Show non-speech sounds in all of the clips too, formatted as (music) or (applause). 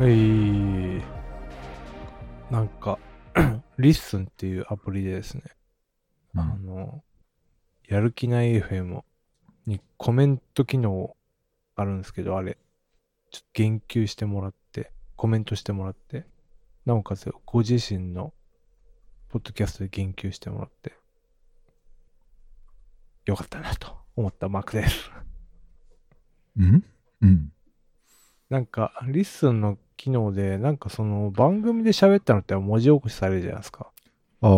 えー、なんか、 (clears throat) リッスンっていうアプリでですね、うあんの、やる気ない FM にコメント機能あるんですけど、あれ、ちょっと言及してもらって、コメントしてもらって、なおかつご自身のポッドキャストで言及してもらって、よかったなと思ったマークです。うんうん。なんか、リッスンの機能で、なんかその番組で喋ったのって文字起こしされるじゃないですか。ああ。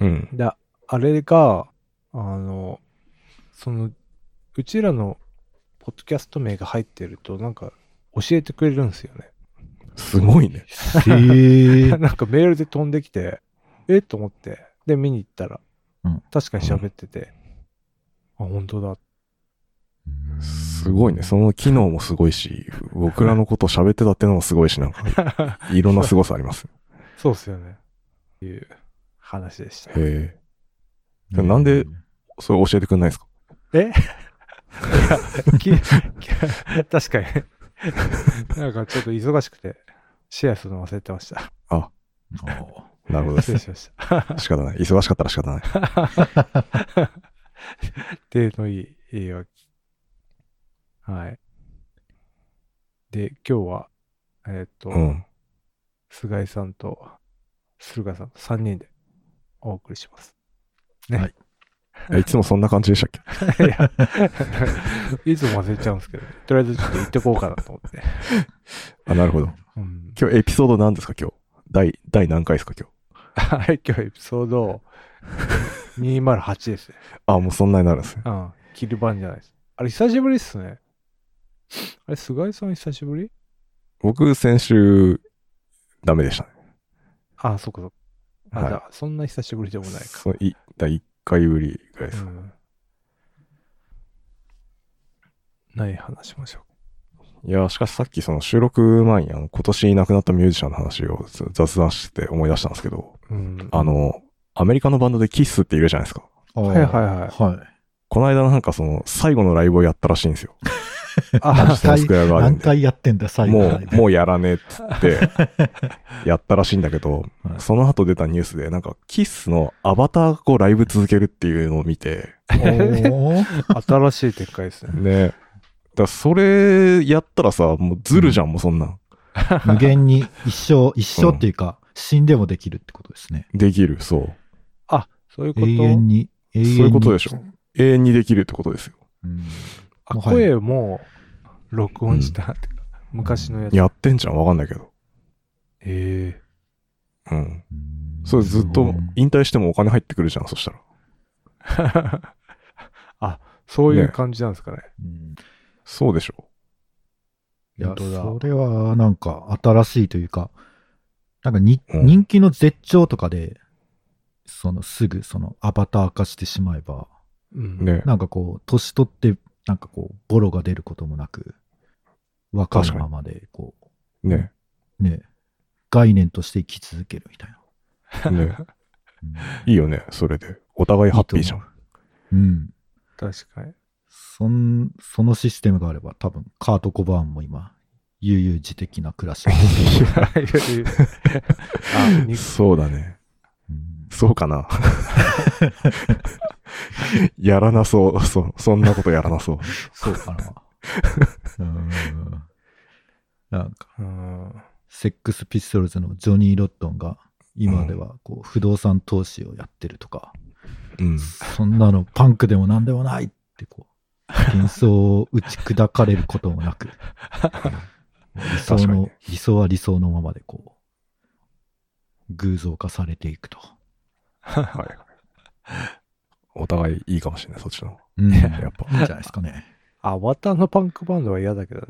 うん。で、あれが、あの、その、うちらのポッドキャスト名が入ってると、なんか、教えてくれるんですよね。。すごいね。へ (laughs) えなんかメールで飛んできて、えと思って、で、見に行ったら、うん確かに喋ってて、あ、本当だ。すごいね。その機能もすごいし、僕らのこと喋ってたってのもすごいし、なんか、いろんな凄さあります。 (laughs) そうっすよね。っていう話でした。へえ。なんでそれ教えてくんないですか (laughs) き確かに。なんかちょっと忙しくて、シェアするの忘れてました。ああ (laughs) なるほどで失す礼ね。しました。仕方ない。忙しかったら仕方ない。手のいい言い訳。はい。で、今日は、えーっ、と、うん。菅井さんと駿河さんと3人でお送りし (laughs) ます。えいつもそんな感じでしたっけいや (laughs) いつも忘れちゃうんですけど、とりあえずちょっと行ってこうかなと思って。あ、なるほど。うん、今日エピソード何ですか今日。第、第何回ですか今 (laughs) 日。はい、今日エピソー (laughs) ド208ですね。あ、もうそんなになるんですね。うん、切る番じゃないです。あれ、久しぶりっすね。あれ、菅井さん久しぶり僕、先週、ダメでしたね。あ、そっかそっか。あ、はいじゃあ、そんな久しぶりでもないか。そうい第1回ぶりぐらいです。うん何話しましょいや、しかしさっきその収録前にあの今年亡くなったミュージシャンの話をず雑談してて思い出したんですけど、う。うん。あの、アメリカのバンドでキスっているじゃないですか。ああはいはいはいはい。この間なんかその最後のライブをやったらしいんですよ。あ、そのスクエアガーデン何で。回やってんだ、最後もまでう、もうやらねえっ (laughs) つって、やったらしいんだけど、はいその後出たニュースで、なんか、キスのアバターがこうライブ続けるっていうのを見て、おー (laughs) 新しい展開ですね。ね。だからそれやったらさ、もうずるじゃん、もうそんなん。無限に一生、一生っていうか、死んでもできるってことですね。できる、そう。あ、そういうこ永と。遠に、永遠そうに。いうことでしょ。永遠にできるってことですよ。うん。あもはや声も録音したってか、昔のやつ。やってんじゃん、わかんないけど。えうん。それずっとうん引退してもお金入ってくるじゃん、そしたら。え (laughs) あ、そういう感じなんですかね。うんそうでしょいや、本当だそれはなんか新しいというか、なんかに、うん人気の絶頂とかで、そのすぐそのアバター化してしまえば、うんう。ね。なんかこう、年取って、なんかこう、ボロが出ることもなく、若い確かにままで、こね。う、ね、概念として生き続けるみたいな。ね。うんいいよね、それで。お互いハッピーじゃん。うん。 (laughs) 確かに。そん、そのシステムがあれば、多分、カート・コバーンも今、悠々自適な暮らしを、 (laughs) あ、にそうだね。うんそうかな。 (laughs) やらなそう。そう。そんなことやらなそう。そうかな。うん。なんか、うん。セックスピストルズのジョニー・ロットンが今ではこう不動産投資をやってるとか、うん。そんなのパンクでも何でもないってこう幻想を打ち砕かれることもなく理想確かにの、ね理想は理想のままでこう偶像化されていくと、はい。お互いいいかもしれない、そっちの方うん、いいんじ (laughs) が。やっぱ。ゃないですかねアバターのパンクバンドは嫌だけどね。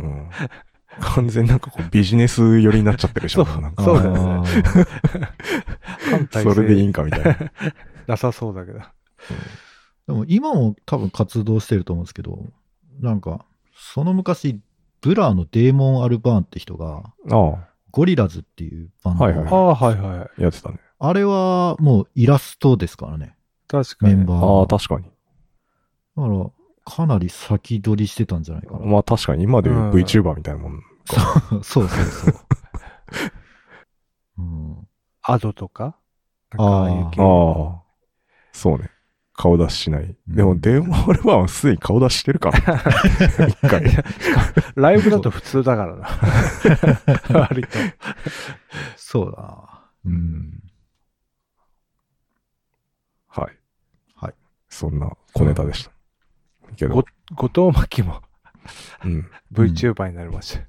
うん。完全になんかこうビジネス寄りになっちゃってるじゃん。そうなんかそうだよねあ反そ対性れでいいんかみたいな。なさそうだけど。ーでも今も多分活動してると思うんですけどなんかその昔ブラーのデーモン・アルバーンって人がああ、ゴリラズっていうバンドをはいはいああ、はいはい。やってたね。あれはもうイラストですからね、確かメに。ンバーあは。あ、確かに。だから、かなり先取りしてたんじゃないかな。 (laughs) まあ確かに今でいううん VTuber みたいなもん。そうそう (laughs) そう。うん、アドとか、なんかああいう系ああ。そうね。顔出ししない。うんでも、電話俺はすでに顔出しして (laughs) るから。一回。ライブだと普通だからな。割と。そうだな。うん。はい。はい。そんな小ネタでした。けどご、後藤真希もうん。 VTuber になりました。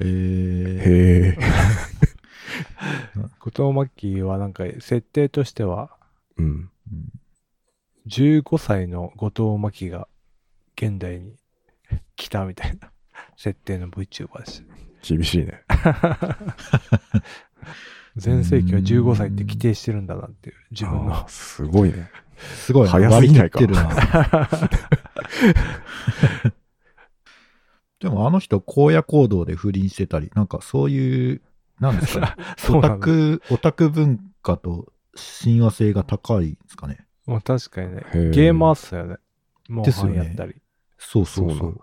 えへー、え。後藤真希はなんか設定としては、うん。うん15歳の後藤真希が現代に来たみたいな設定の VTuber でした。厳しいね。全盛期は15歳って規定してるんだなっていう、自分のあ。あすごいね。すごいな。早すぎないか割り切ってるな (laughs) でもあの人、荒野行動で不倫してたり、なんかそういう、なんですかね (laughs) そうオなタんだ。ク、オタク文化と親和性が高いんですかね。もう確かにね。へえゲーマーっすよね。モンですハよンねやったり。そうそうそそうなんう。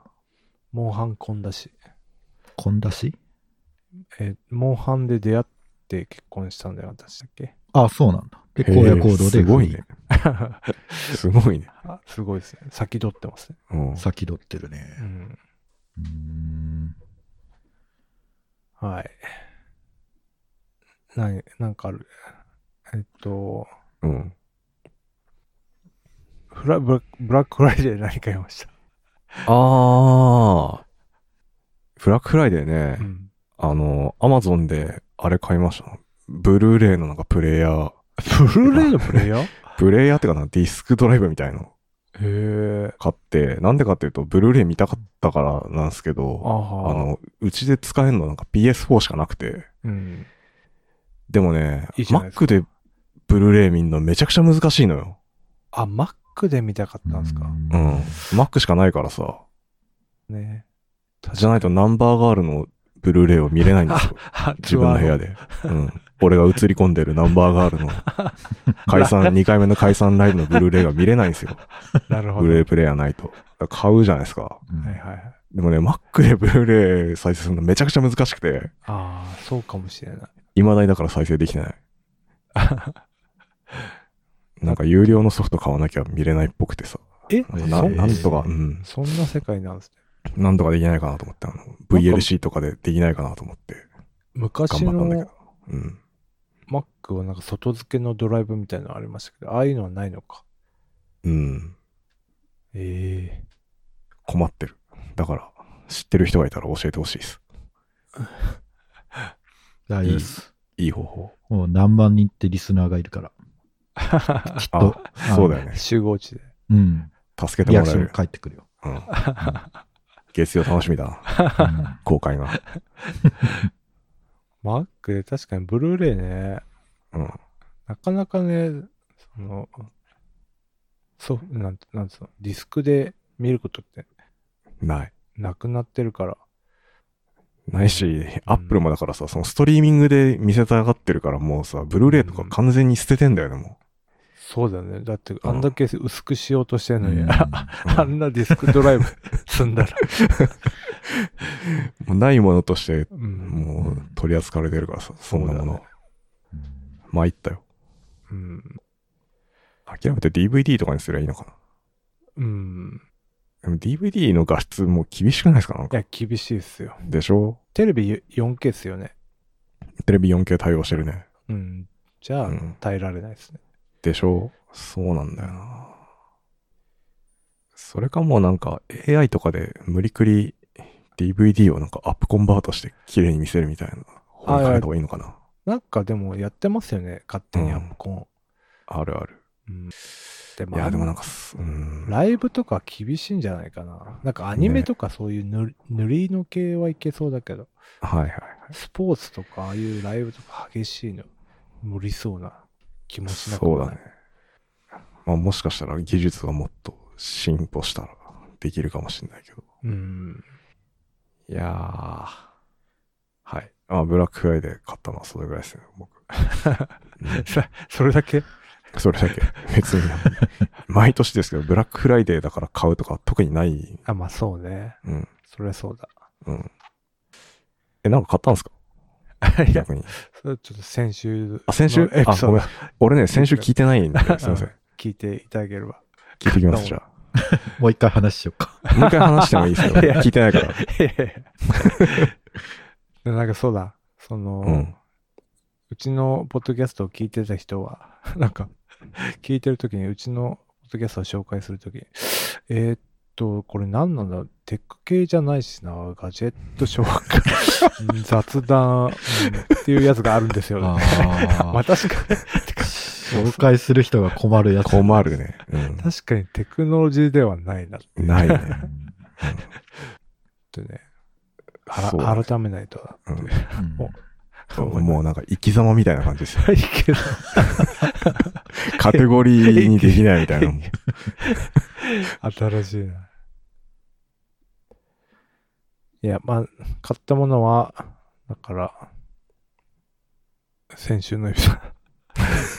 モンハンコンだし。こんだしえーモンハンで出会って結婚したんだよ、私だっけ。あ、そうなんだ。で、へえ荒野行動ですご不い倫、ね。 (laughs) すごいね。あすごいですね。先取ってますね。うん。先取ってるね。うん。うーん。はい。何、なんかある。えっと、うん。フラブラブラックフライデーで何か言いました。ああ。ブラックフライデーね。うん。あの、アマゾンで、あれ買いました。ブルーレイのなんかプレイヤー、ブルーレイのプレイヤーへプレイヤーってかな、ディスクドライブみたいのえ。買って、なんでかっていうと、ブルーレイ見たかったからなんですけあど、あはの、うちで使えるのなんか PS4 しかなくて、うん。でもね、いいじゃないですか Mac でブルーレイ見んのめちゃくちゃ難しいのよ。あ、Mac で見たかったんですか。う。ん。Mac しかないからさ、ね。じゃないと。とナンバーガールのブルーレイを見れない (laughs) んですよ。あ自分の部屋で。で。 (laughs) うん。俺が映り込んでるナンバーガ (laughs) ールの解散、2回目の解散ライブのブルーレイが見れないんですよ。なるほブど。ルーレはイプレイヤーないと。買うじゃないですか。ういんはいはい。でもね、Mac でブルーレイ再生するのめちゃくちゃ難しくて、ああ、そうかもしれない。未だにだから再生で (laughs) きてない。なんか有料のソフト買わなきゃ見れないっぽくてさ。えなそんなんとか、うん。そんな世界なんですね。なんとかできないかなと思って、あの、VLC とかでできないかなと思って、昔頑張ったんだけのど。うん。 Mac はなんか外付けのドライブみたいなのありましたけど、ああいうのはないのか。うん。ええ困ってる。だから、知ってる人がいたら教えてほしいです。大丈夫です。いい方法。もう何万人ってリスナーがいるから。きっと。あのそうだよね。集合地で。うん。助けてリアもクらシえョンる。返ってくるよ。うん、月曜楽しみだな。うん公開が。 Mac で確かにブルーレイね、うん。なかなかね、その、そう、なんて、なんつうの、ディスクで見ることってない。なくなってるから。ないし、アップルもだからさ、そのストリーミングで見せたがってるから、もうさ、ブルーレイとか完全に捨ててんだよね、もそうだよね。だって、あんだけ薄くしようとしてるのに、う (laughs) んあんなディスクドライブ積んだら。う。もうないものとして、うん。もう取り扱われてるからさ、そんなもの。そうだね参ったよ。うん。諦めて DVD とかにすればいいのかな。うん。でも DVD の画質も厳しくないですかなんいか。や、厳しいっすよ。でしょテレビ 4K っすよね。テレビ 4K 対応してるね。うん。じゃあ、うん耐えられないですね。でしょそうなんだよな。それかもうなんか AI とかで無理くり DVD をなんかアップコンバートして綺麗に見せるみたいな方に変えた方がいいのかな。なんかでもやってますよね。勝手にアップコン。あるある。うん。でいも、や、でもなんかす、うん。ライブとか厳しいんじゃないかな。なんかアニメとかそういうぬ,、塗りの系はいけそうだけど、はいはい。スポーツとかああいうライブとか激しいの無理そうな気もしなくそもうないだね。。まあもしかしたら技術がもっと進歩したらできるかもしれないけど。うん。いやー。はい。 (laughs) あ、ブラックフライデー買ったのはそれぐらいですね、僕。そそれだけそれだけ。別 (laughs) に。毎年ですけど、ブラックフライデーだから買うとか特にない。あ、まあそうね。うん。それそうだ。うん。え、なんか買ったんですか (laughs) いや、逆に。それはちょっと先週。あ、先週え、あ、ごめん。俺ね、先週聞いてないんで、 (laughs) すいません。聞いていただければ。聞いてきます、じゃ (laughs) もう一回話しようか。あ。もう一回話してもいいですよ。いや聞いてないから。いやいやいやなんかそうだ。その、ううん。ちのポッドキャストを聞いてた人は、 (laughs) なんか、聞いてるときに、うちのポッドキャストを紹介するときに、えーっと、これ何なんだろうテック系じゃないしな、ガジェット紹 (laughs) 介、うん雑談、うんっていうやつがあるんですよ、ね。まあ (laughs) あ確かに、てか紹介する人が困るやつ。困るね。うん確かにテクノロジーではないなっ。ないうんね。てね、あらそうだね改めないと (laughs) なうんおそうもうなんか生き様みたいな感じですよ。いいけど、カテゴリーにできないみた (laughs) いなもん。新しいな。いや、まあ、買ったものは、だから、先週のエピソー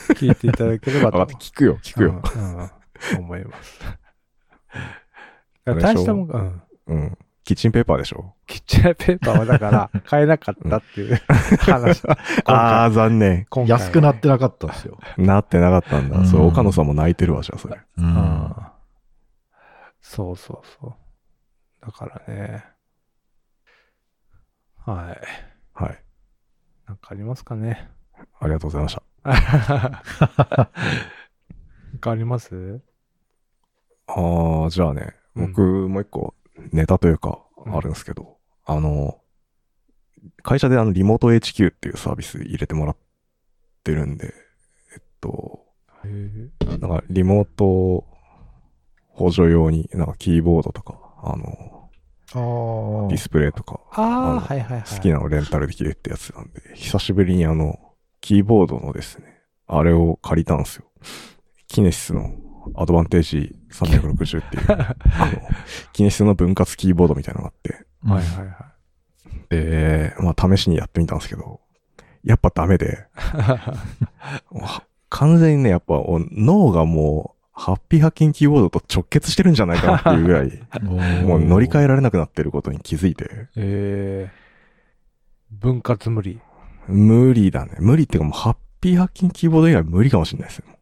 ド聞いていただければ (laughs) 分かった聞くよ、聞くよ。うんうん思います。あれでしょ大したもんか、うんうん。キッチンペーパーでしょキッチンペーパーはだから、買えなかったっていう話。ああ、残念。今回、今回はね安くなってなかったんですよ。なってなかったんうだ。んそれ、岡野さんも泣いてるわ、じゃあ、それ。ううんんそうそうそう。だからね。はい。はい。なんかありますか (laughs) ね。ありがとうございました。なんかありますああ、じゃあね、僕、もう一個、ネタというか、あるんですけど、あの、会社であの、リモート HQ っていうサービス入れてもらってるんで、えっと、なんか、リモート補助用に、なんか、キーボードとか、あの、あディスプレイとか、あああのはいはいはい。好きなのをレンタルできるってやつなんで、久しぶりにあの、キーボードのですね、あれを借りたんですよ。キネシスのアドバンテージ360っていう、 (laughs) あの、キネシスの分割キーボードみたいなのがあって、あ。はいはいで、まあ試しにやってみたんですけど、やっぱダメで、はもうは完全にね、やっぱお脳がもう、ハッピーハッキンキーボードと直結してるんじゃないかなっていうぐ (laughs) らい、もう乗り換えられなくなってることに気づいて、い。えー、分割無理。無理だね。無理っていうかもう、ハッピーハッキンキーボード以外無理かもしれないですね。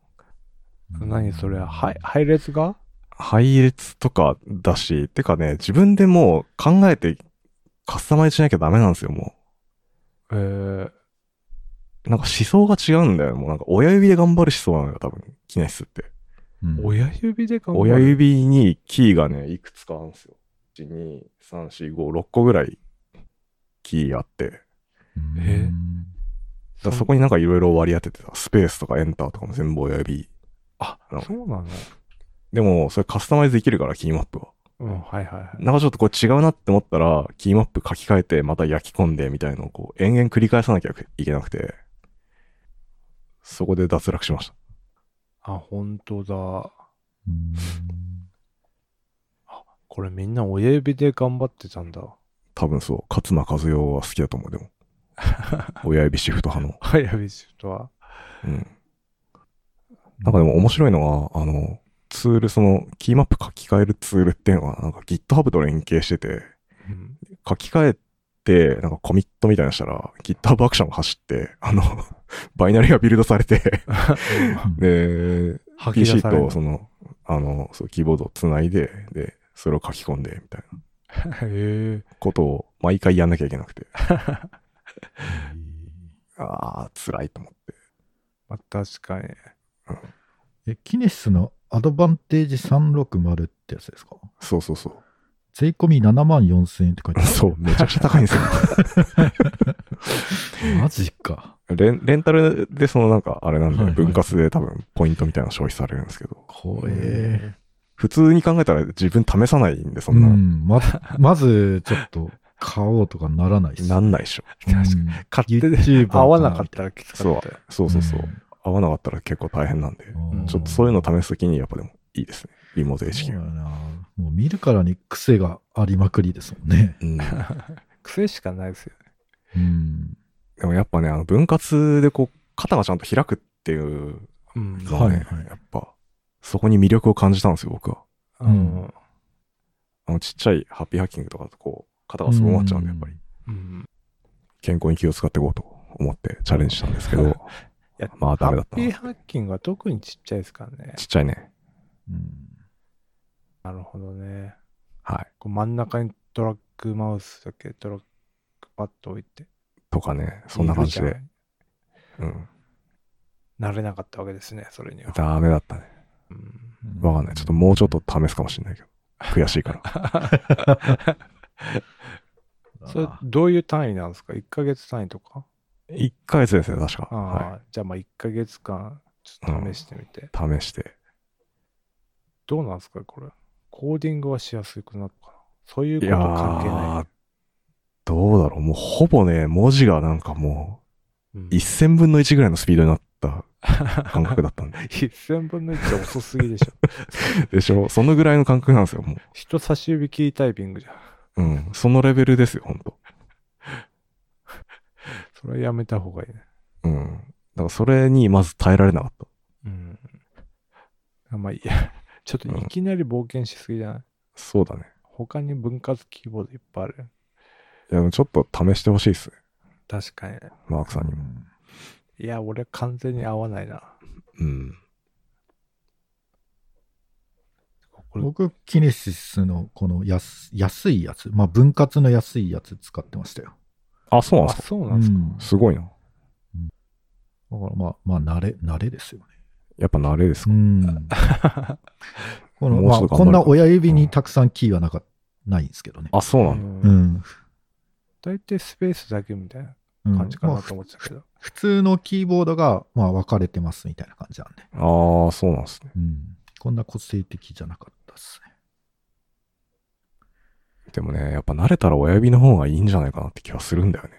何それは、はい、配列が配列とかだし、てかね、自分でもう考えてカスタマイズしなきゃダメなんですよ、もえー、う。なんか思想が違うんだよ。もうなんか親指で頑張る思想なのよ、多分、キネシスって。うん親指で考える親指にキーがね、いくつかあるんですよ。1、2、3、4、5、6個ぐらいキーあって。だかうんえらそこになんかいろいろ割り当ててた。スペースとかエンターとかも全部親指。あな、んかそうなのでも、それカスタマイズできるから、キーマップは。うん、はいはいはい。なんかちょっとこう違うなって思ったら、キーマップ書き換えて、また焼き込んで、みたいのをこう、延々繰り返さなきゃいけなくて、そこで脱落しました。あ、本当だ。うんこれみんな親指で頑張ってたんだ。多分そう、勝間和代は好きだと思う、(laughs) でも。親指シフト派の。親指シフトは。うん。なんかでも面白いのが、あの、ツール、その、キーマップ書き換えるツールっていうのが、なんか GitHub と連携してて、うん、書き換えて、なんかコミットみたいなのしたら、GitHub アクションが走って、あの、 (laughs) バイナリがビルドさ (laughs) れて、で、吐き出 PC されるとその、あの、そう、キーボードをつないで、で、それを書き込んで、みたいなへえ。ことを毎回やんなきゃいけなくて、ああ、辛いと思って。まあ、確かに。え、キネシスのアドバンテージ360ってやつですかそうそう (laughs) そ税込み7万4000円って書いてう。ある。そう、めちゃくちゃ高いんですよ。マジか。レンレンタルでそのなんか、あれなんはいで、はい分割で多分ポイントみたいなの消費されるんですけど、怖え。普通に考えたら自分試さないんで、そんうな、ん、まず、 (laughs) まず、ちょっと、買おうとかならないっす。なんないでしょ。確かにうん勝手で YouTuber 合わなかったらきつかったよ。そうそうそう。合わなかったら結構大変なんで、うんちょっとそういうのを試すときにやっぱでもいいですね。リモートそうや HQ。なもう見るからに癖がありまくりですもんね。うん。 (laughs) 癖しかないですよ。うん。でもやっぱね、あの分割でこう、肩がちゃんと開くっていううん。のをね、はいはいやっぱ、そこに魅力を感じたんですよ、僕は。ううんん。あの、ちっちゃいハッピーハッキングとかだと、こう、肩がすごくなっちゃうんで、やっぱり、うん。健康に気を使っていこうと思ってチャレンジした (laughs) んですけうんど、やまあ、ダハメだッったピーな。ハッキングは特にちっちゃいですからね。ちっちゃいね。うんなるほどね。はい。こう真ん中にトラックマウスだけトラックパッと置いて。とかね、そんな感じいるで。ゃうん。ん。慣れなかったわけですね、それには。ダメだったね。 (laughs) うんわかんない。ちょっともうちょっと試すかもしれないけど。悔しいから。 (laughs) それあ、どういう単位なんですか ?1 ヶ月単位とか1ヶ月ですね、確か。ああ、はじゃあまあ1ヶ月間、ちょっと試してみて。い。試して。どうなんですかこれ。コーディングはしやすくなったかなそういういことやは関係なーい。、どうだろう。もうほぼね、文字がなんかもうんう、1000分の1ぐらいのスピードになった感覚だっ (laughs) たんで。 1000分の1って遅すぎでしょ。でしょそのぐらいの感覚なんですよ、も (laughs) 人差し指キータイピングじゃん。う。うん。そのレベルですよ、ほんと。それはやめた方がいいね。うん。だからそれにまず耐えられなかった。うん。あまあいいや。 (laughs) ちょっといきなり冒険しすぎじゃない、そうだね。他に分割キーボードいっぱいある。いや、でもちょっと試してほしいですね。確かにね。マークさんにうも。んいや、俺完全に合わないな。うん。これ僕、キネシスのこの安安いやつ、まあ、分割の安いやつ使ってましたよ。あ、そうなんあ、ですかそううなんですか。んだかすごいな。ら、まあ、まあ、慣れ、慣れですよね。やっぱ慣れですうか、ん。この、もうまちょあ、っと頑張るかこんな親指にたくさんキーはなか、ないんですけどね。あ、そううなんだ。んうん。大体スペースだけみたいなうん感じかまあなふと思ってたけど。普通のキーボードが、まあ、分かれてますみたいな感じなんで。ああ、そうなんですね。うん。こんな個性的じゃなかったですね。でもね、やっぱ慣れたら親指の方がいいんじゃないかなって気はするんだよね。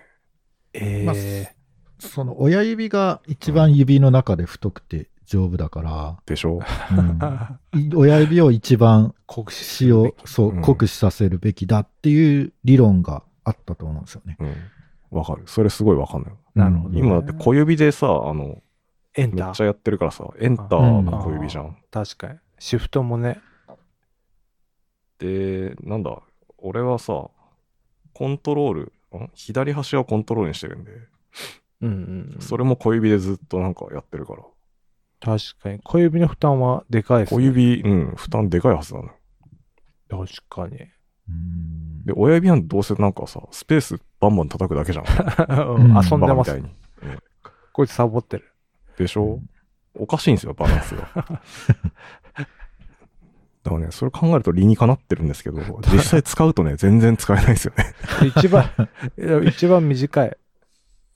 えまあえその親指が一番指の中で太くて丈夫だかでしょら、うんい (laughs) 親指を一番 (laughs) 酷使す使るべ用き、そう、うん酷使させるべきだっていう理論があったと思うんですよね。うん。わかる。それすごいわかんない。なるほどね今だって小指でさ、あの、エンめタっちゃー。やってるからさ、エンターが小指じゃん。確かに。シフトもね。で、なんだ、俺はさ、コントロール、ん左端はコントロールにしてるんで、うんうんうん。それも小指でずっとなんかやってるから、確かに。小指の負担はでかいです、小ね。指、うん、負担でかいはずなの。確かに。うんで、親指なんてどうせなんかさ、スペースバンバン叩く (laughs) だけじゃん。うんうん遊んでまバすカみたい。に。こいつサボってる。でしょ、おかしいんですよ、バラン (laughs) スが。だからね、それ考えると理にかなってる (laughs) んですけど、実際使うとね、全然使えないですよね。一 (laughs) 番、いや一番短い。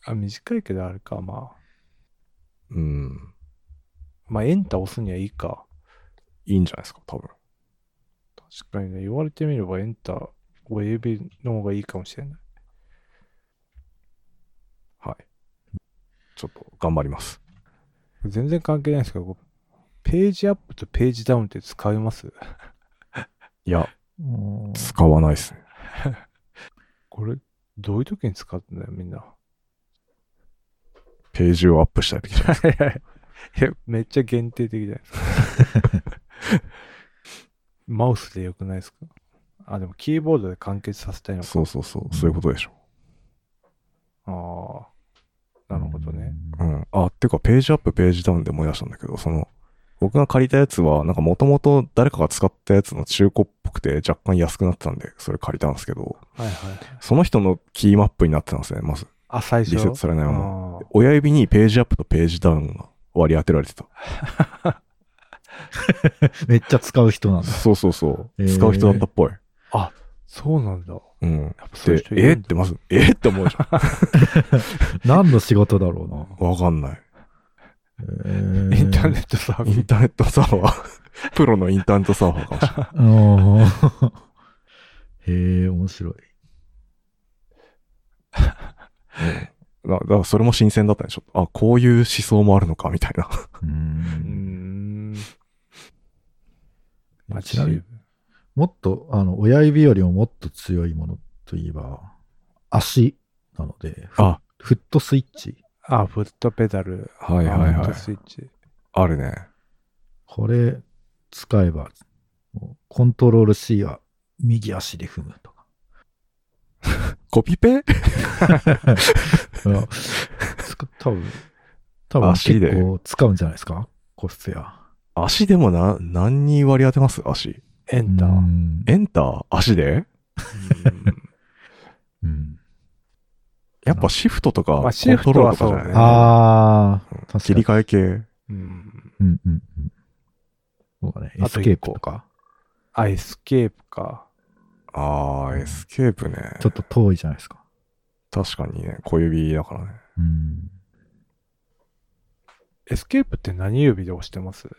あ、短いけどあれか、まあ。うん。まあ、エンター押すにはいいか。いいんじゃないですか、多分。確かにね、言われてみればエンター、親指の方がいいかもしれない。はい。ちょっと頑張ります。全然関係ないんですけど、こうページアップとページダウンって使いますいや、うん使わないですね。これ、どういう時に使ってんだよ、 (laughs) みんな。ページをアップしたい時じゃないですか。いやめっちゃ限定的じゃないですか。 (laughs) マウスでよくないですかあ、でもキーボードで完結させたい (laughs) のか。そうそうそう、そういうことでしょ。ああ、なるほどね。。う。ん。あ、てか、ページアップ、ページダウンで思い出したんだけど、その、僕が借りたやつは、なんかもともと誰かが使ったやつの中古っぽくて若干安くなってたんで、それ借りたんですけど、はいはい。その人のキーマップになってたんですね、まず。あ、最初。リセットされないまま。あー親指にページアップとページダウンが割り当てられてた。 (laughs) めっちゃ使う人なん (laughs) だ。そうそうそう。へー使う人だったっぽい。そうなんだ。うん。やっぱそういうで人、いえるっんだてまず、えって思うじゃ。何の仕事だろうんわかんない。な。インターネットサービインス。ターネットサー (laughs) ファー。プロのインターネットサーファーかもしれない。ト。へえ、面白い。だだからそれも新鮮だったね。ちょっと、あ、こういう思想もあるのか、みたいな。ううーんん。まあ、ちなみにもっと、あの、親指よりももっと強いものといえば、足なので、フあ、フットスイッチ。あ、フットペダル。はいはいフはッいト。スイッチ。あるね。これ使えば、もうコントロール C は右足で踏むとか。コピペうん使多分、多分足結で構使うんじゃないですかコスペア。足でもな、何に割り当てます足。エンタうー。んエンター足でうんうんやっぱシフトとか、まコあシンフトトローはルとかじゃない、そうだねああ、確かに。切り替え系。うんうんうんうん。そうだね。エあスとケー一プ個とか。あ、エスケープか。あー、エスケープね。ちょっと遠いじゃないですか。確かにね、小指だからね。うん。エスケープって何指で押してます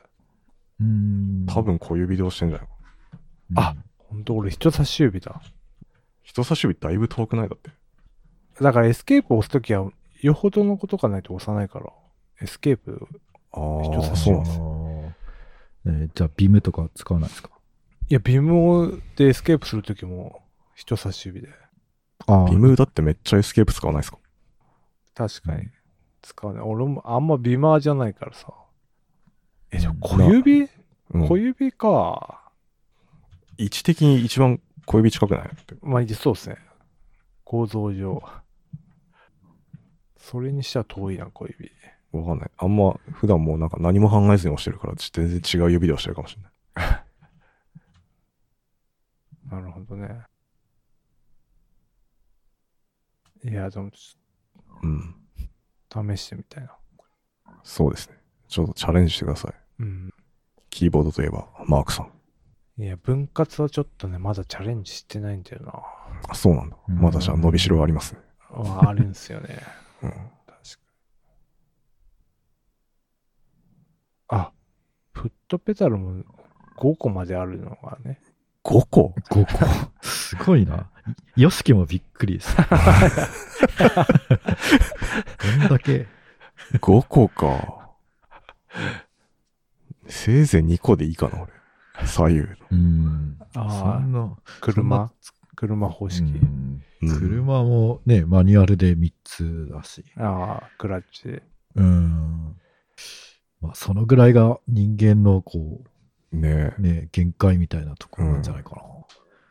うん。多分小指で押してんじゃないか。うんあ本当俺人差し指だ。人差し指だいぶ遠くないだって。だからエスケープ押すときは、よほどのことがないと押さないから。エスケープ、あ人ー、差そしう指なんです。あーえーじゃあ、ビムとか使わないですかいや、微妙でエスケープするときも人差し指で。ああビムだってめっちゃエスケープ使わないですか確かうにん使うね。俺もあんまビマーじゃないからさ。え、じゃあうん小指うん小指か。位置的に一番小指近くないってまあ、そうですね。構造上。それにしては遠いな、小指。わかんない。あんま普段もうなんか何も考えずに押してるから、ち全然違う指で押してるかもしれない。なるほどね。いや、でも、ちうん。ょっと試してみたいな。そうですね。ちょっとチャレンジしてください。うん。キーボードといえば、マークさん。いや、分割はちょっとね、まだチャレンジしてないんだよな。あ、そうなんだ。うんまだじゃあ伸びしろありますね。はあるんすよね。うん。確かあ、フットペダルも5個まであるのがね。 5個5個。すごいな。ヨシキもびっくりです。どんだけ。 ?5 個か。 (laughs) せいぜい2個でいいかな、俺。左右。うん。そあんな。あ、車、車方式。うんうん車もね、マニュアルで3つだし。ああ、クラッチ。うん。まあ、そのぐらいが人間のこねう、ね、限界みたいなところなんじゃないかな。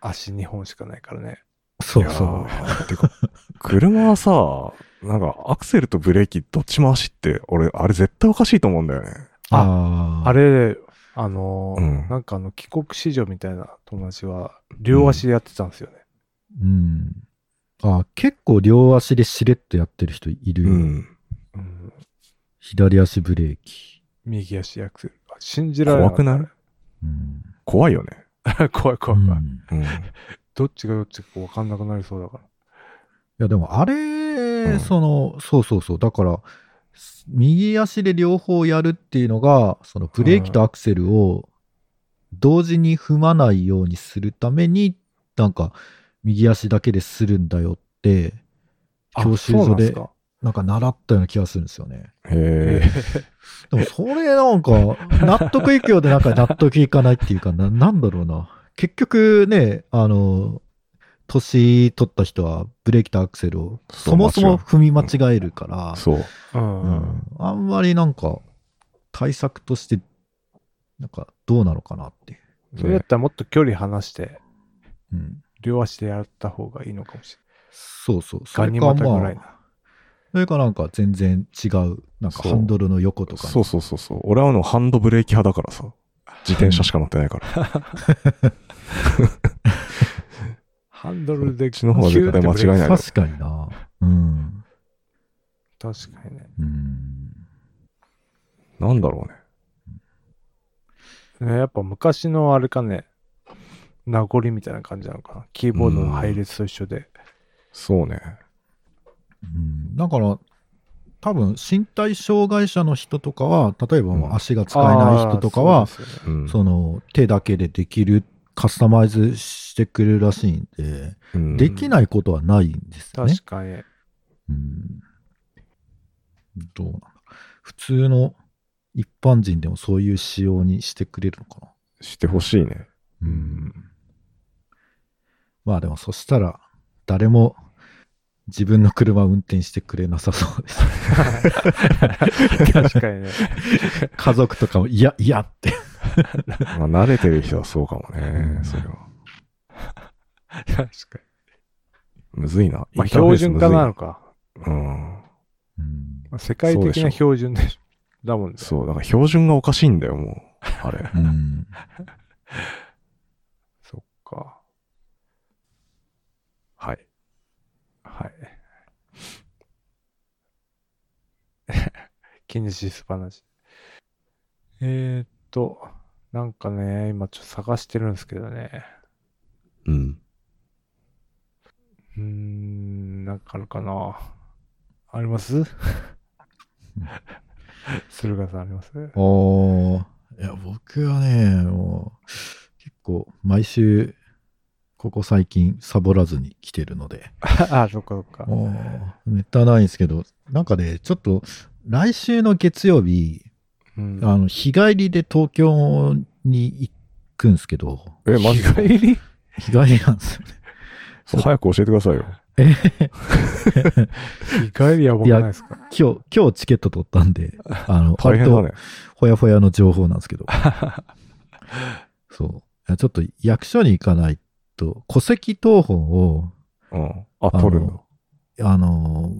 足2本しかないからね。え。そうそう。いやーてか、車はさ、なんかアクセルとブレーキどっちも走って、俺、あれ絶対おかしいと思うんだよね。あーあれ、あのーうんなんかあの、帰国子女みたいな友達は、両足でやってたんですよね。うん。あ、結構両足でしれっとやってる人いる。うん。うん左足ブレーキ。右足アクセル。あ信じられかった怖うくなん。怖いよね。怖い怖い怖い。うんうん。どっちがどっちか分かんなくなりそうだから。いや、でもあれ、んその、そうそうそう。だから、s- 右足で両方やるっていうのが、そのブレーキとアクセルを同時に踏まないようにするために、なんか、右足だけでするんだよって、あ教習そうな所んすでかなんか習ったような気がするんですよね。へえ。でもそれなんか、納得いくようでなんか納得いかないっていうかな、なんだろうな。結局ね、あの、年取った人はブレーキとアクセルをそうそもそも間踏み間違えるから、そう。うんう。ん、あんまりなんか対策として、なんかどうなのかなっていう。それだったらもっと距離離して、うん、両足でやった方がいいのかもしそうそう。それない。ガれニか股ぐまらいあ、な。それかなんか全然違う、なんかそうハンドルの横とかにそうそうそうそう。俺はあのハンドブレーキ派だからさ。自転車しか乗ってないから。ハンドルで、こっちの方が絶対間違いない確かにな。うん。確かにね。うん。なんだろうね。ねやっぱ昔のあれかね、名残みたいな感じなのかな。キーボードの配列と一緒で。そうね。うんだから、多分身体障害者の人とかは、例えばもう足が使えあないー人とかは、そうですよねうん。その手だけでできる、カスタマイズしてくれるらしいんで、うんできないことはないんですよね確。かに。うんどうなんだ普通の一般人でもそういう仕様にしてくれるのかしてほしいね。な。うんまあでもそしたら、誰も自分の車を運転してくれなさそう (laughs) です。確かにね。家族とかも、いや、 (laughs) いやって。まあ、慣れてる人はそうかもねう。んそれは。確かむずいな。に。まあ、インターフェ標ース準むず化いなのか。うん。うんまあ世界的な標準でしょだもんね。そう、だから標準がおかしいんだよ、もう。(laughs) あれ。うんそっか。はい。はい。キネシス話。えー、っと、なんかね、今ちょっと探してるんですけどね。うん。うーん、なんかあるかな。あります駿河さんあります (laughs) あーいや、僕はね、もう、結構、毎週、ここ最近、サボらずに来てるので、あ、そっかそっか。もう、ネタないんですけど、なんかね、ちょっと、来週の月曜日、うんあの、日帰りで東京に行くんですけど、え、マジ日帰でり日帰りなんですよね。そう早く教えてくださいよ。 (laughs) 日帰りやばくないですか今日、今日チケット取ったん (laughs) で、あの、大変だね。ほやほやの情報なんです (laughs) けど。そういや。ちょっと役所に行かないと、戸籍謄本を、うん。あ、取るんだ。あの、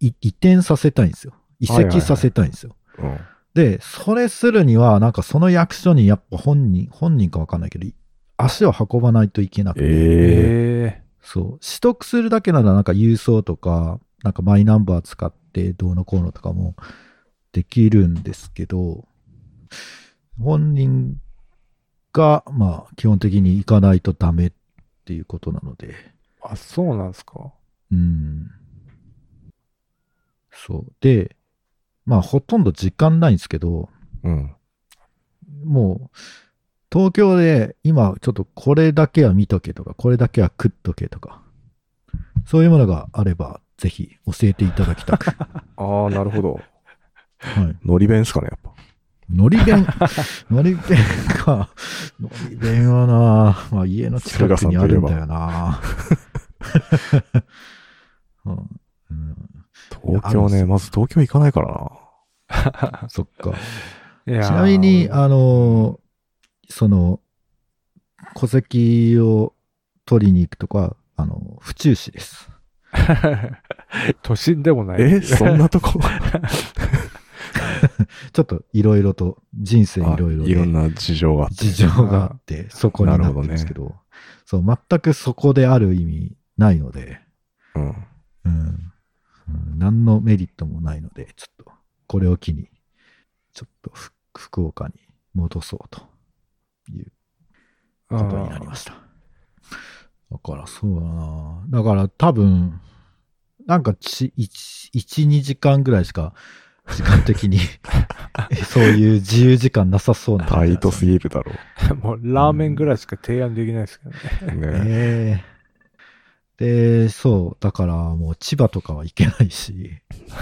い移転させたいんですよ。移はいはいはい籍させたいんですよ。うん。で、それするには、なんかその役所にやっぱ本人、本人かわかんないけど、い足を運ばないといけなくて、えええそう、取得するだけならなんか郵送とか、なんかマイナンバー使ってどうのこうのとかもできるんですけど、本人が、まあ、基本的に行かないとダメっていうことなので、ー、あ、そうなんですかうん。そう。で、まあ、ほとんど時間ないんですけど、うん。もう、東京で今ちょっとこれだけは見とけとか、これだけは食っとけとか、そういうものがあれば、ぜひ教えていただき (laughs) たく。ああ、なるほど。はい。乗り弁っすかね、やっぱ。のり弁、のり弁か。のり弁はな、まあ家の近くにあるんだよな。 (laughs) うんうん東京いやあるんですね、よまず東京行かないからな。そっか。いやーちなみに、あのーその、戸籍を取りに行くとか、あの、府中市です。 (laughs) 都心でもない。え、そんなと (laughs) こちょっといろいろと、人生いあろいろいろんでな事情があって。事情があって、そこになってるんですけど、そう、全くそこである意味ないので、ううん。ん、うん何のメリットもないので、ちょっと、これを機に、ちょっとふ福岡に戻そうといううんことになりました。だからそうだなだから多分、なんかち、1、1 2時間ぐらいしか、時間的 (laughs) に、そういう自由時間なさそうなタ感じなんイですよトすぎるだろもうラーメンぐらいしか提案できないですけどね。う。ねええで、そう、だからもう千葉とかは行けないし、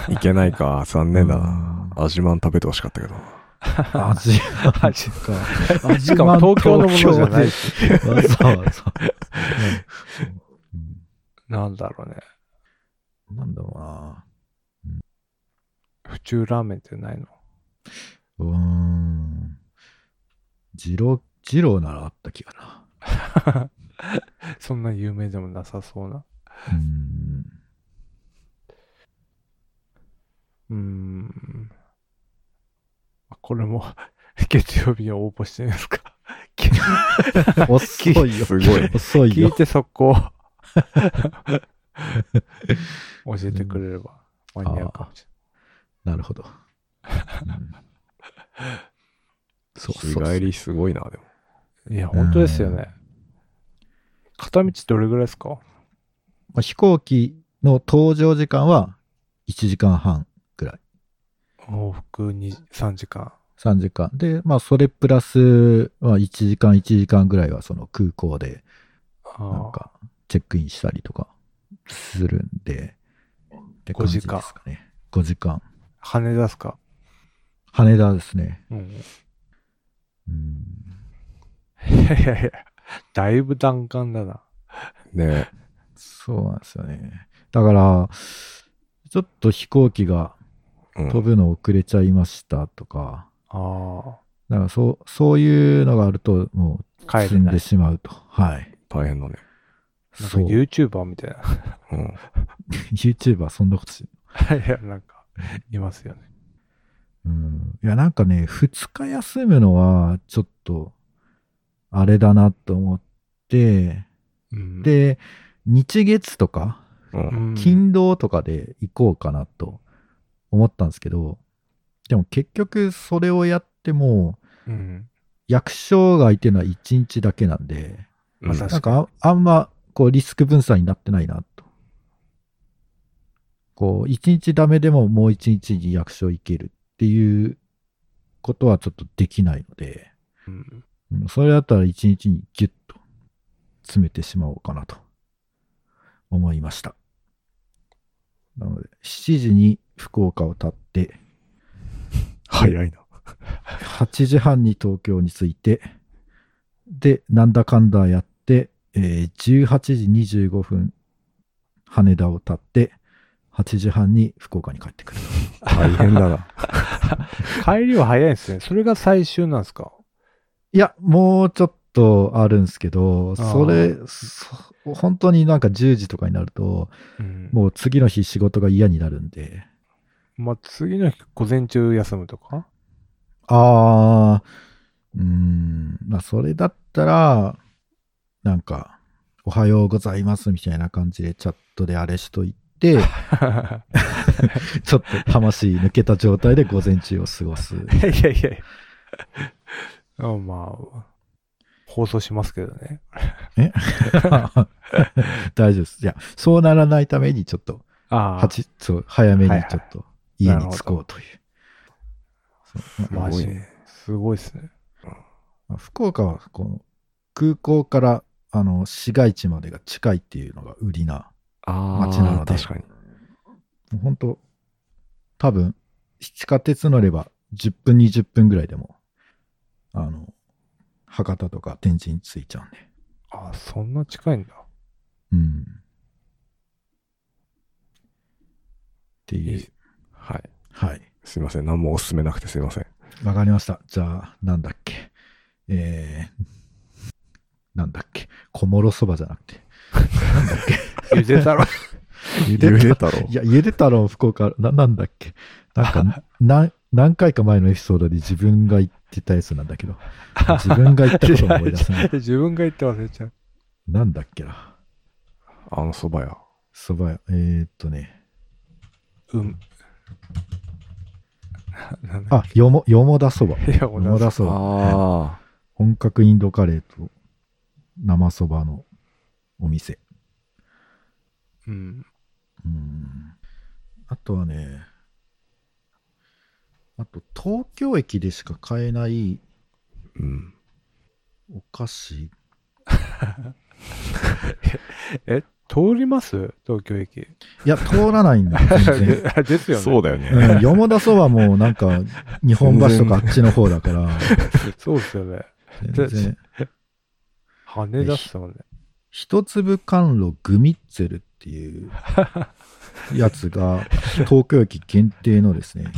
行けないか、残念だな。う味まん食べてほしかったけど。(laughs) アジアとか、味しかも東京のものじゃないし。わざわざ。うんなんだろうね。なんだろうな。府中ラーメンってないの (laughs) うーん。ジロ、ジローならあった気がな。そんな有名でもなさそうな。うーん。うーん。これも (laughs) 月曜日に応募してみますか。き遅いよ。すごい遅い聞いよ。てそ (laughs) こ教えてくれれば間に合うかもしなるほど。うんそう日そうそう帰りすごいな、でも。れない。いや、本当ですよね。片道どれぐらいですかまあ飛行機の搭乗時間は1時間半ぐらい。往復に3時間。 3時間。で、まあ、それプラス、まあ、1時間、1時間ぐらいはその空港であなんあか、チェックインしたりとかするんで、って感じですかね。5時間。羽田っすか羽田ですね。うん。うん。いやいやいや、だいぶ弾丸だな。ねそうなんですよね。だから、ちょっと飛行機がうん飛ぶの遅れちゃいましたとか、あだからそう、そういうのがあると、もうあ、帰積れんない。なでんかしまうと。はい。大変だね。そう。 YouTuber みたいな。うん。 YouTuber そんなことしいや、なん (laughs) か、いますよね。うん。いや、なんかね、2日休むのは、ちょっと、あれだなと思って、うん、で、日月とか、うんう。ん、勤労とかで行こうかなと思ったんですけど、でも結局それをやっても、うん。役所が空いてるのは1日だけなんで、まあうん確なんかああんまこうリスク分散になってないなと。こう、1日ダメでももう1日に役所行けるっていうことはちょっとできないので、うんうんそれだったら1日にギュッと詰めてしまおうかなと思いました。なので、7時に福岡を立って、早いな。 8時半に東京に着いて、で、なんだかんだやって、えー18時25分、羽田を立って、8時半に福岡に帰ってくる。大変だな。 (laughs) 帰りは早いですね。それが最終なんですかいや、もうちょっとあるんですけど、あーそれ、そ本当になんか10時とかになると、うん。もう次の日仕事が嫌になるんで。まあ、次の日、午前中休むとかああ、うーん、まあそれだったら、なんか、おはようございますみたいな感じでチャットであれしとい (laughs) て、ちょっと魂抜けた状態で午前中を過ご (laughs) す。(laughs) いやいやいやいや。あまあ、放送しますけどね。大丈夫です。いや、そうならないためにちょっと、ああ、八そう早めにちょっと家に着こうという。そうまあマジすごいねすごいですね。まあ福岡はこの空港からあの市街地までが近いっていうのが売りなあ街なのあ、で確かに。もう本当多分、地下鉄乗れば10分、20分ぐらいでも、あの、博多とか天神に着いちゃうんで。ああ、そんな近いんだ。うん。っていい。いうはい。はい。すいません。何もおすすめなくてすいません。わかりました。じゃあ、なんだっけ。えー、なんだっけ。小諸そばじゃなくて。ゆで太郎。ゆゆでた太郎。いや、ゆで太郎福岡、な、なんだっけ。なんか、な、何回か前のエピソードで自分が言ってたやつなんだけど、自分が言ったことを思い出せない。 (laughs) 自分が言って忘れちゃう。なんだっけな。あの蕎麦屋。そば屋、えー、っとね、うん。 (laughs) ななんだあ、よも、よもだそば。よいや、もうもだそば。あ本格インドカレーと生そばのお店。うん。うん。あとはね、あと東京駅でしか買えないあ。うん。お菓子通ります東京駅。いや、通らないんだ、全 (laughs) 然。あですよね。そうだよね。うん、よもだそばもなんか、日本橋とかあっちの方だから、そうですよね。全然。羽田っすもんね。一粒甘露グミッツェルっていうや (laughs) つが、東京駅限定のですね、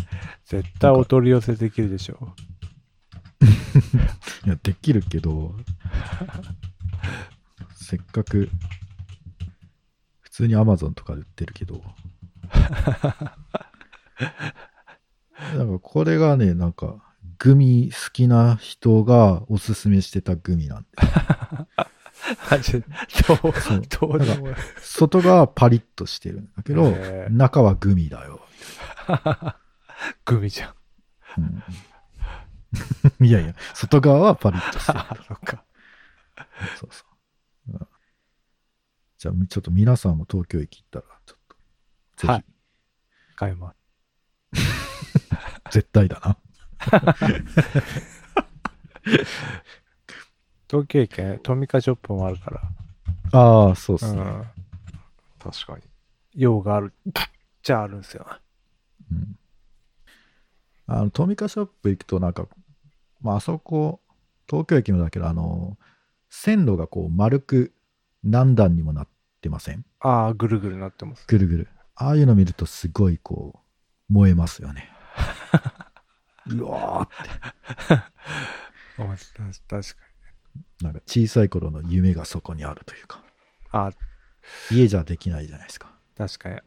絶対お取り寄せできるでしょいや、できるけど、せっかく、普通に Amazon とかで売ってるけど、なんかこれがね、なんか、グミ好きな人がおすすめしてたグミなんで、マジでどう (laughs) そう、どうでもいい。外側はパリッとしてるんだけど、へー中はグミだよ。グミじゃん。うん (laughs) いやいや、外側はパリッとしてる。あ、そっか。そうそううんじゃあ、ちょっと皆さんも東京駅行ったら、ちょっと、ぜひ、はい買います。絶対だな。東京駅ね、トミカショップもあるから。ああ、そうですうね。ん。確かに。用がある。じゃああるんですよ。うんあの、トミカショップ行くと、なんか、まあ、あそこ、東京駅もだけど、あの、線路がこう、丸く何段にもなっってませんああ、ぐるぐるなってます。ぐるぐる。ああいうの見るとすごいこう、燃えますよ (laughs) ね。うわーあまあ確かに。なんか小さい頃の夢がそこにあるというか、ああ、家じゃできないじゃないですか。確かに。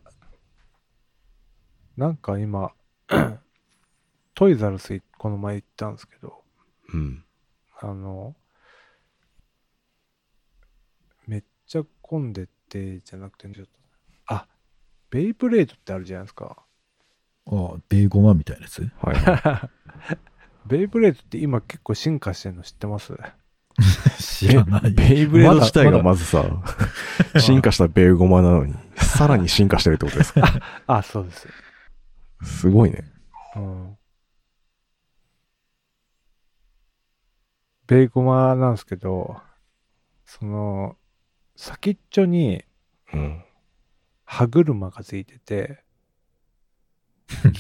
なんか今、トイザらスいこの前行ったんですけど、うん。あの、めっちゃ混んでて、じゃなくて、ちょっと、あ、ベイブレードってあるじゃないですか。 (laughs) ああ、ベーゴマみたいなやつはい、はい。ベイブレードって今結構進化してるの知ってます知らない。ベイブレード自体がまだまずさ、 (laughs) 進化したベーゴマなのに、さらに進化してるってことですかあ、そうです。すごいね。うん。ベーゴマなんですけど、その、先っちょにうん。歯車がついて (laughs) て、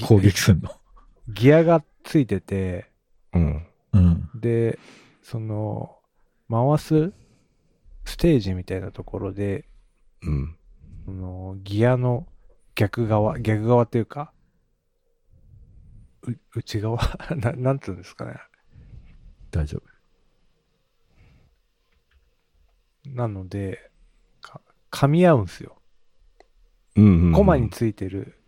攻撃すんの。ギアがついてて、うん。うん。で、その、回すステージみたいなところで、うん。そのギアの逆側、逆側というか、う内側 (laughs) な、なんつうんですかね。大丈なので、か噛み合うんですよ。うんうんうんコマについてる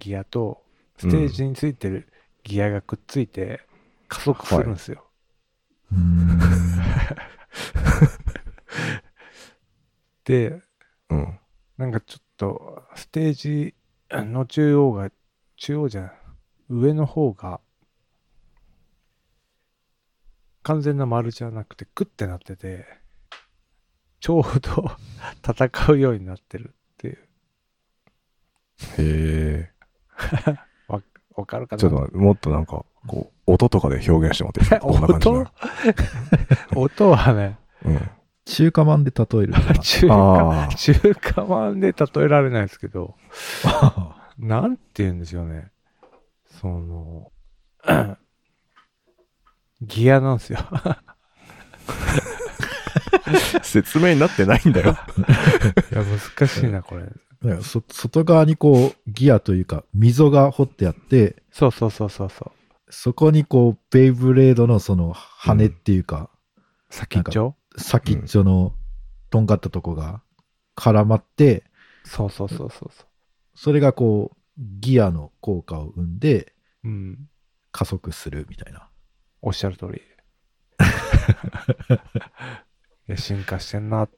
ギアと、ステージについてるギアがくっついて、加速するんですよ。夫。うーん。で、うん。なんかちょっと、ステージの中央が、中央じゃない、上の方が、完全な丸じゃなくて、クッてなってて、ちょうど戦うようになってるっていう。へえ。わ、わかるかなちょっと待ってもっとなんか、こう、音とかで表現してもらっていい (laughs) ですかこんな感じな音音はね、 (laughs) うん。中華まんで例えると (laughs) な中華、ああ。中華まんで例えられないですけど、なんて言うんですよね。その、ギアなんですよ。説明になってないんだよ。いや、難しいな、これ。だからそ外側にこう、ギアというか、溝が掘ってあって、そうそうそうそうそう。そこにこう、ベイブレードのその羽っていうか、先っちょ先っちょのとんがったとこが絡まって、そうそうそうそうそそれがこう、ギアの効果を生んでう。うん。加速するみたいな。おっしゃる通 (laughs) り。いや、進化してんなって。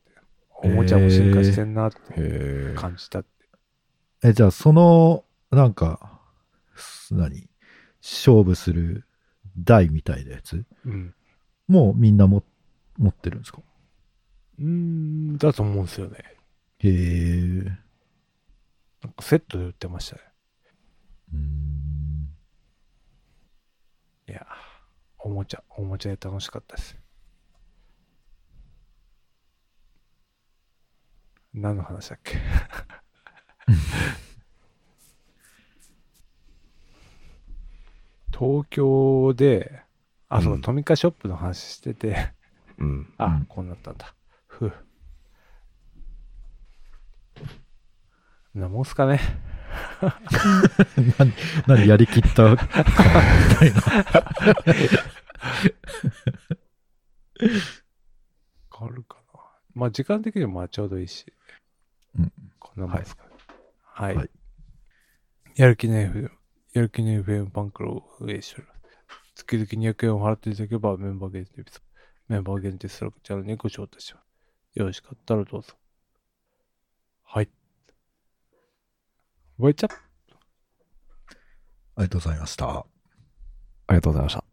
おもちゃも進化してんなってへえ。感じたって。え、じゃあその、なんか、す何勝負する台みたいなやつうん。もうみんなも持ってるんですかうーん、だと思うんですよね。へえ。なんかセットで売ってましたね。うんいや、おもちゃ、おもちゃで楽しかったです。何の話だっけ (laughs) 東京で、あ、そうう、んトミカショップの話してて、うん。あ、うんこうなったんだ。ふう。なもんすかね。 (laughs) 何、何やりきった (laughs) かみたいな。変わるかな。まあ、時間的にもまあちょうどいいし。うんこんなもんですかね。はい。はいやる気ない FM、やる気ない FM バンクロを運営しております。月々200円を払っていただければメンバー限定エピソードメンバー限定スラックチャンネルにご招待します。よろしかったらどうぞ。はい。終わっちゃったありがとうございました。ありがとうございました。